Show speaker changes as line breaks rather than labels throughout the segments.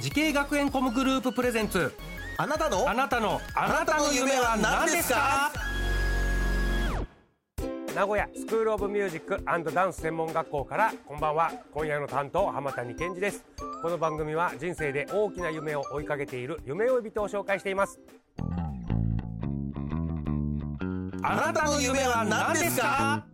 時系学園コムグループプレゼンツ
あなたの
あなたのあ
あ
なたの夢は何ですか
名古屋スクールオブミュージックダンス専門学校からこんばんは今夜の担当浜谷健二ですこの番組は人生で大きな夢を追いかけている夢追い人を紹介しています
あなたの夢は何ですか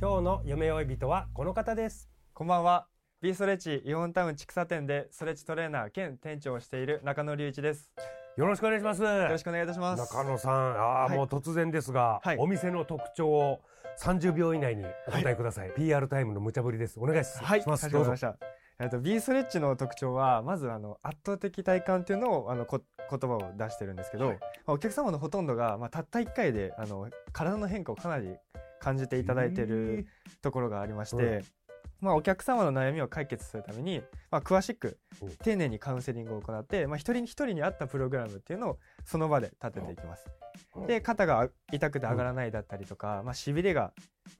今日の夢追い人はこの方です
こんばんは。ビーストレッチイオンタウン千草店でストレッチトレーナー兼店長をしている中野隆一です。
よろしくお願いします
よろしくお願いいたします。
中野さんあー、
はい
もう突然ですが、
はい
お店の特徴を30秒以内にお答えください、PR タイムの無茶ぶりですお願いします、
はい、
し
か
ま
し
す
こ
ど
ま
う
り
ぞ
ました。えっと、ビーストレッチの特徴は、まず、あの、圧倒的体感っていうのを、あの、こ言葉を出してるんですけど、まあお客様のほとんどが、まあ、たった1回で、あの、体の変化をかなり感じていただいてるところがありまして、
う
まあ、お客様の悩みを解決するために、まあ、詳しく
うん、
丁寧にカウンセリングを行って、まあ、一人一人に合ったプログラムっていうのを、その場で立てていきます
うん。
で、肩が痛くて上がらないだったりとか、まあ、痺れが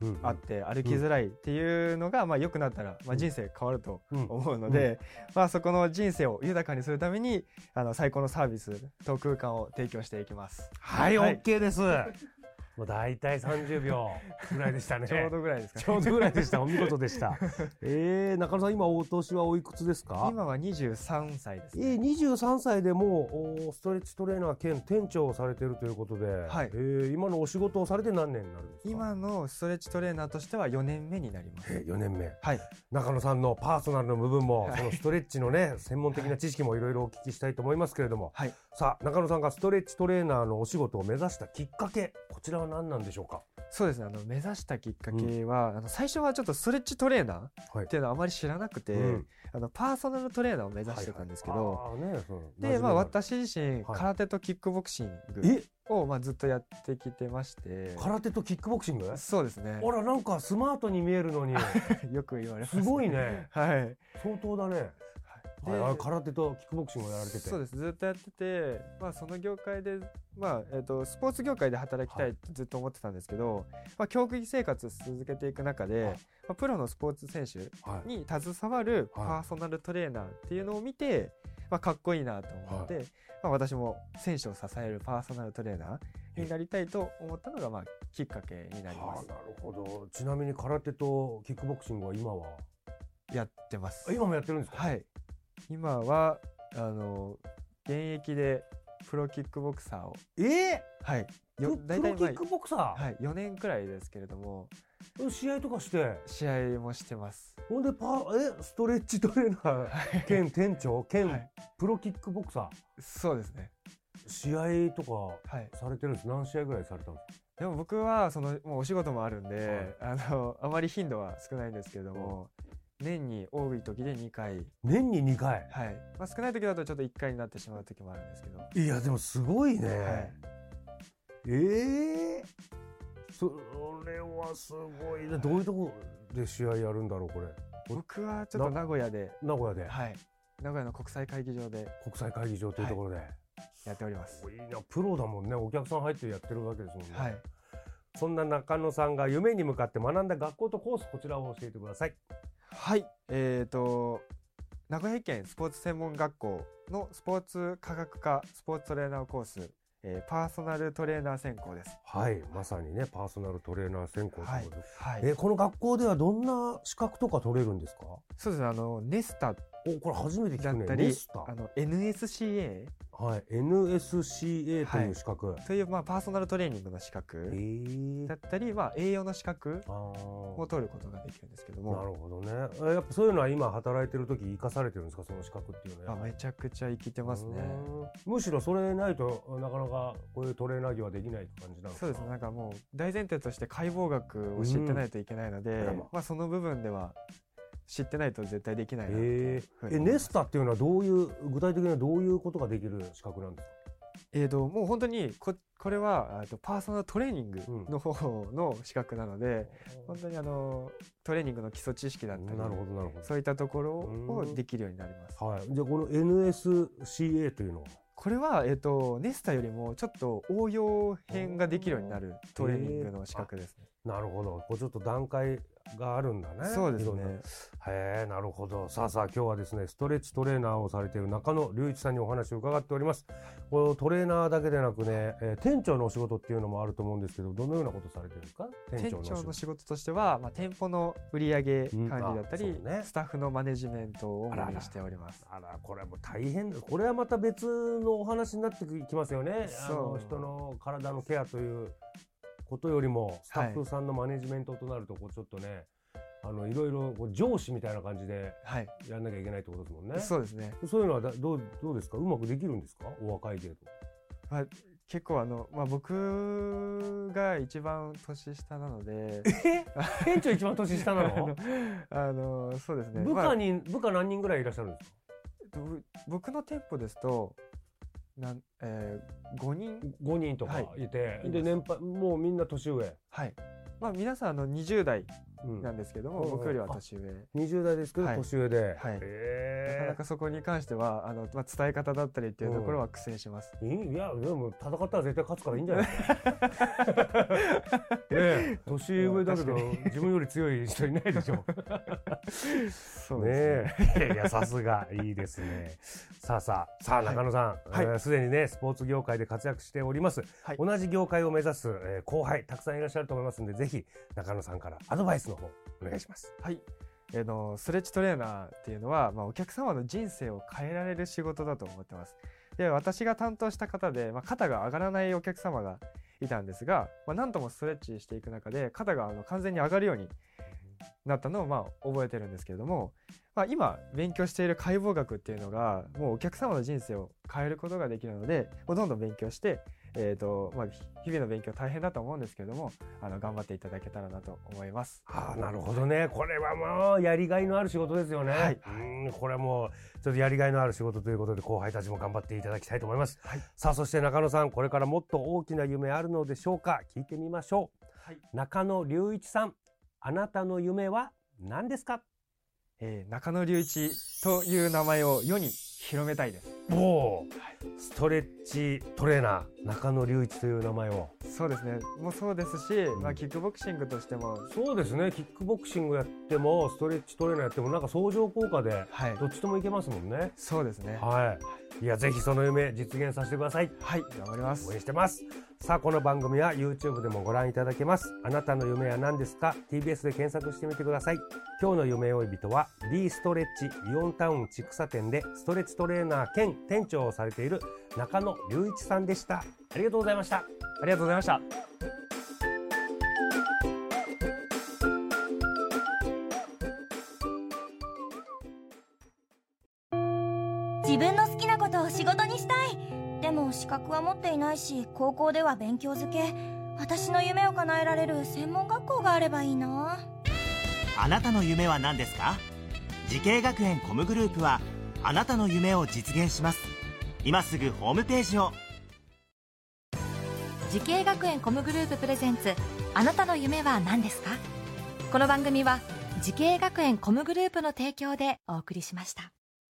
うんうん
あって歩きづらいっていうのが、まあ良くなったら、まあ、人生変わると思うので、まあそこの人生を豊かにするためにあの最高のサービスと空間を提供していきます
はい、
はい
OK です。もう大体30秒ぐらいでしたね。
ちょうどぐらいですかね
ちょうどぐらいでした。お見事でした。 ええ中野さん、今お年はおいくつです か
今は23歳です、
え
ね
え23歳でもうおストレッチトレーナー兼店長をされてるということで、
はい
ええ今のお仕事をされて何年になるんですか
今のストレッチトレーナーとしては4年目になります
ええ4年目
はい
中野さんのパーソナルの部分も、
はい
そのストレッチのね専門的な知識もいろいろお聞きしたいと思いますけれども、
はい
さあ中野さんがストレッチトレーナーのお仕事を目指したきっかけこちらは何なんでしょうか
そうですねあの目指したきっかけは、あの最初はちょっとストレッチトレーナ
は
ーっていうのはあまり知らなくて、
うん
あのパーソナルトレーナーを目指してたんですけど、
はいはいあーねそう
で、ま
真
あ、私自身、
はい
空手とキックボクシン
面目
グ
なえ
を、まあ、ずっとやってきてまして、
空手とキックボクシングあ
そうですね。
らなんかスマートに見える のに
よく言われます
すごいね
はい。
相当だね
で
はいあれ空手とキックボクシングをやられてて
そうです。ずっとやってて、まあ、その業界で、まあ、えっ、と、スポーツ業界で働きたいってずっと思ってたんですけど、まあ、教育生活続けていく中で、
はい
まあ、プロのスポーツ選手
はい
に携わる
はい
パーソナルトレーナーっていうのを見て、まあ、かっこいいなと思って、まあ、私も選手を支えるパーソナルトレーナーになりたいと思ったのが、まあ、きっかけになりま
はあ
す。
なるほどちなみに空手とキックボクシングは今は
やってます
あ。今もやってるんですか
はい。今は、あの、現役でプロキックボクサーを。
え
はい。
ーププロキ
まあ
ックボクサ
はい、4年くらいですけれども、
ー試合とかして
試合もしてます。
ほんでパーえストレッチトレーナー兼店長
は
兼
い
プロキックボクサ
そうですね。
ー試合とか
はい。
されてるんです何試合ぐらいされたんですか
でも僕は、その、もうお仕事もあるんで、あの、あまり頻度は少ないんですけれども、年に多い時で2回。
年に2回
はい。まあ少ない時だとちょっと1回になってしまう時もあるんですけど。
いやでもすごいね、
はい
ええそれはすごいねどういうとこで試合やるんだろうこれ
僕はちょっと名古屋で、
名古屋で
はい。名古屋の国際会議場で
国際会議場というところで、
やっております
こ。れいいなプロだもんねお客さん入ってやってるわけですもんね、
はい。
そんな中野さんが夢に向かって学んだ学校とコースこちらを教えてください
はい、えっ、と名古屋県スポーツ専門学校のスポーツ科学科スポーツトレーナーコース、えーパーソナルトレーナー専攻です。
はいまさにねパーソナルトレーナー専攻と
はい
いうことです、
はい、
えーこの学校ではどんな資格とか取れるんですか
そうですね。あのネスタ
おこれ初めて
だ
聞
った
くね
り、
ネスタ
あの NSCA
はい、NSCA という資格、
というまあパーソナルトレーニングの資
え
格
ー
だったり、まあ栄養の資格
あー
を取ることができるんですけど
な
も、
るほどねえやっぱそういうのは今働いてる時生かされてるんですかその資格っていうの
あ
は
めちゃくちゃ生きてますね。
うんむしろそれないとなかなかこういうトレーナー業はできない感じなのかな
そうですね。なんかもう大前提として解剖学を知ってないといけないので、
うんあらま
まあその部分では知ってないと絶対できないなってい
え
うふうに
え
思い
ネ
ま
ス
す
タっていうのはどういう具体的にはどういうことができる資格なんですか
えー、ともう本当にここれはあとパーソナルトレーニングの方の資格なので、本当にあのトレーニングの基礎知識だったり
なるほどなるほ
そういったところを
うん
できるようになります。
どはいじゃあこの NSCA というのは
これは、えー、とネスタよりもちょっと応用編ができるようになるトレーニングの資格ですね。
なるほどこうちょっと段階があるんだね
そうです
いろんな
ね。
へえなるほどさあさあ今日はですねストレッチトレーナーをされている中野隆一さんにお話を伺っておりますこのトレーナーだけでなくね、えー店長のお仕事っていうのもあると思うんですけどどのようなことされてるんですか店長の
店
お仕
長
事
の仕事としては、まあ、店舗の売り上げ管理だったり、
うんあそうね
スタッフのマネジメントを
あら
主
ら
にしております。
あらこれはもう大変だこれはまた別のお話になってきますよねあ
そ
の
う
人の体のケアということよりもスタッフさんのマネジメントとなるとこうちょっとね、い、あのいろいろこう上司みたいな感じで
はい、
やんなきゃいけないってことですもんね。
そうですね。
そういうのはだどうどうですかうまくできるんですかお若いけれど。
まあ、結構あの、まあ、僕が一番年下なので、
店長一番年下な
あ
の
の あのそうですね
部
ま
下
あ
に、部下何人ぐらいいらっしゃるんですか
ぶ僕の店舗ですとなん、えー、5人
5人とかいて、
い
で
ます
年配もうみんな年上、
はいまあ皆さんあの20代
うん
なんですけども、
うん
僕よりは年上、
20代ですけど
はい
年上で、
はいなか
え
なかそこに関してはあの、まあ、伝え方だったりっていうところは苦戦します、
えいいいやでも戦ったら絶対勝つからいいんじゃ ないですかねえ年上だけど
うん
自分より強い人いないでしょ
そうですね
ねえ。いや、さすが、いいですね。さあさあ、さあ、
はい
中野さん、
はい
えーすでにね、スポーツ業界で活躍しております。
はい
同じ業界を目指す、えー後輩、たくさんいらっしゃると思いますんで、ぜひ、中野さんからアドバイスの方、お願いします。
はいえーのストレッチトレーナーっていうのは、まあ、お客様の人生を変えられる仕事だと思ってますで私が担当した方で、まあ、肩が上がらないお客様がいたんですが、まあ、なんともストレッチしていく中で肩があの完全に上がるようになったのをまあ覚えてるんですけれども、まあ、今勉強している解剖学っていうのがもうお客様の人生を変えることができるのでもうどんどん勉強して、えーとまあ、日々の勉強大変だと思うんですけれどもあの頑張っていただけたらなと思います。
ああ、なるほどね。これはもう、やりがいのある仕事ですよね。
はいう
ーん、これはもう、ちょっとやりがいのある仕事ということで、後輩たちも頑張っていただきたいと思います。
はい
さあ、そして中野さん、これからもっと大きな夢あるのでしょうか聞いてみましょう。
はい
中野隆一さん、あなたの夢は何ですか
えー中野隆一という名前を世に広めたいです。
おお、ストレッチトレーナー中野隆一という名前を
そうですね。もうそうですし、まあキックボクシングとしても、
そうですねキックボクシングやってもストレッチトレーナーやってもなんか相乗効果で
はい
どっちともいけますもんね
そうですね。
はいいやぜひその夢実現させてください
はい、頑張ります
応。援してますさあこの番組は YouTube でもご覧いただけますあなたの夢は何ですか TBS で検索してみてください今日の夢追い人は D ストレッチイオンタウン千草店でストレッチトレーナー兼店長をされている中野隆一さんでしたありがとうございました
ありがとうございました。
自分の好きなことを仕事にしたいでも資格は持っていないし高校では勉強づけ私の夢を叶えられる専門学校があればいいな
あなたの夢は何ですか時系学園コムグループはあなたの夢を実現します今すぐホームページを
時系学園コムグループプレゼンツあなたの夢は何ですかこの番組は時系学園コムグループの提供でお送りしました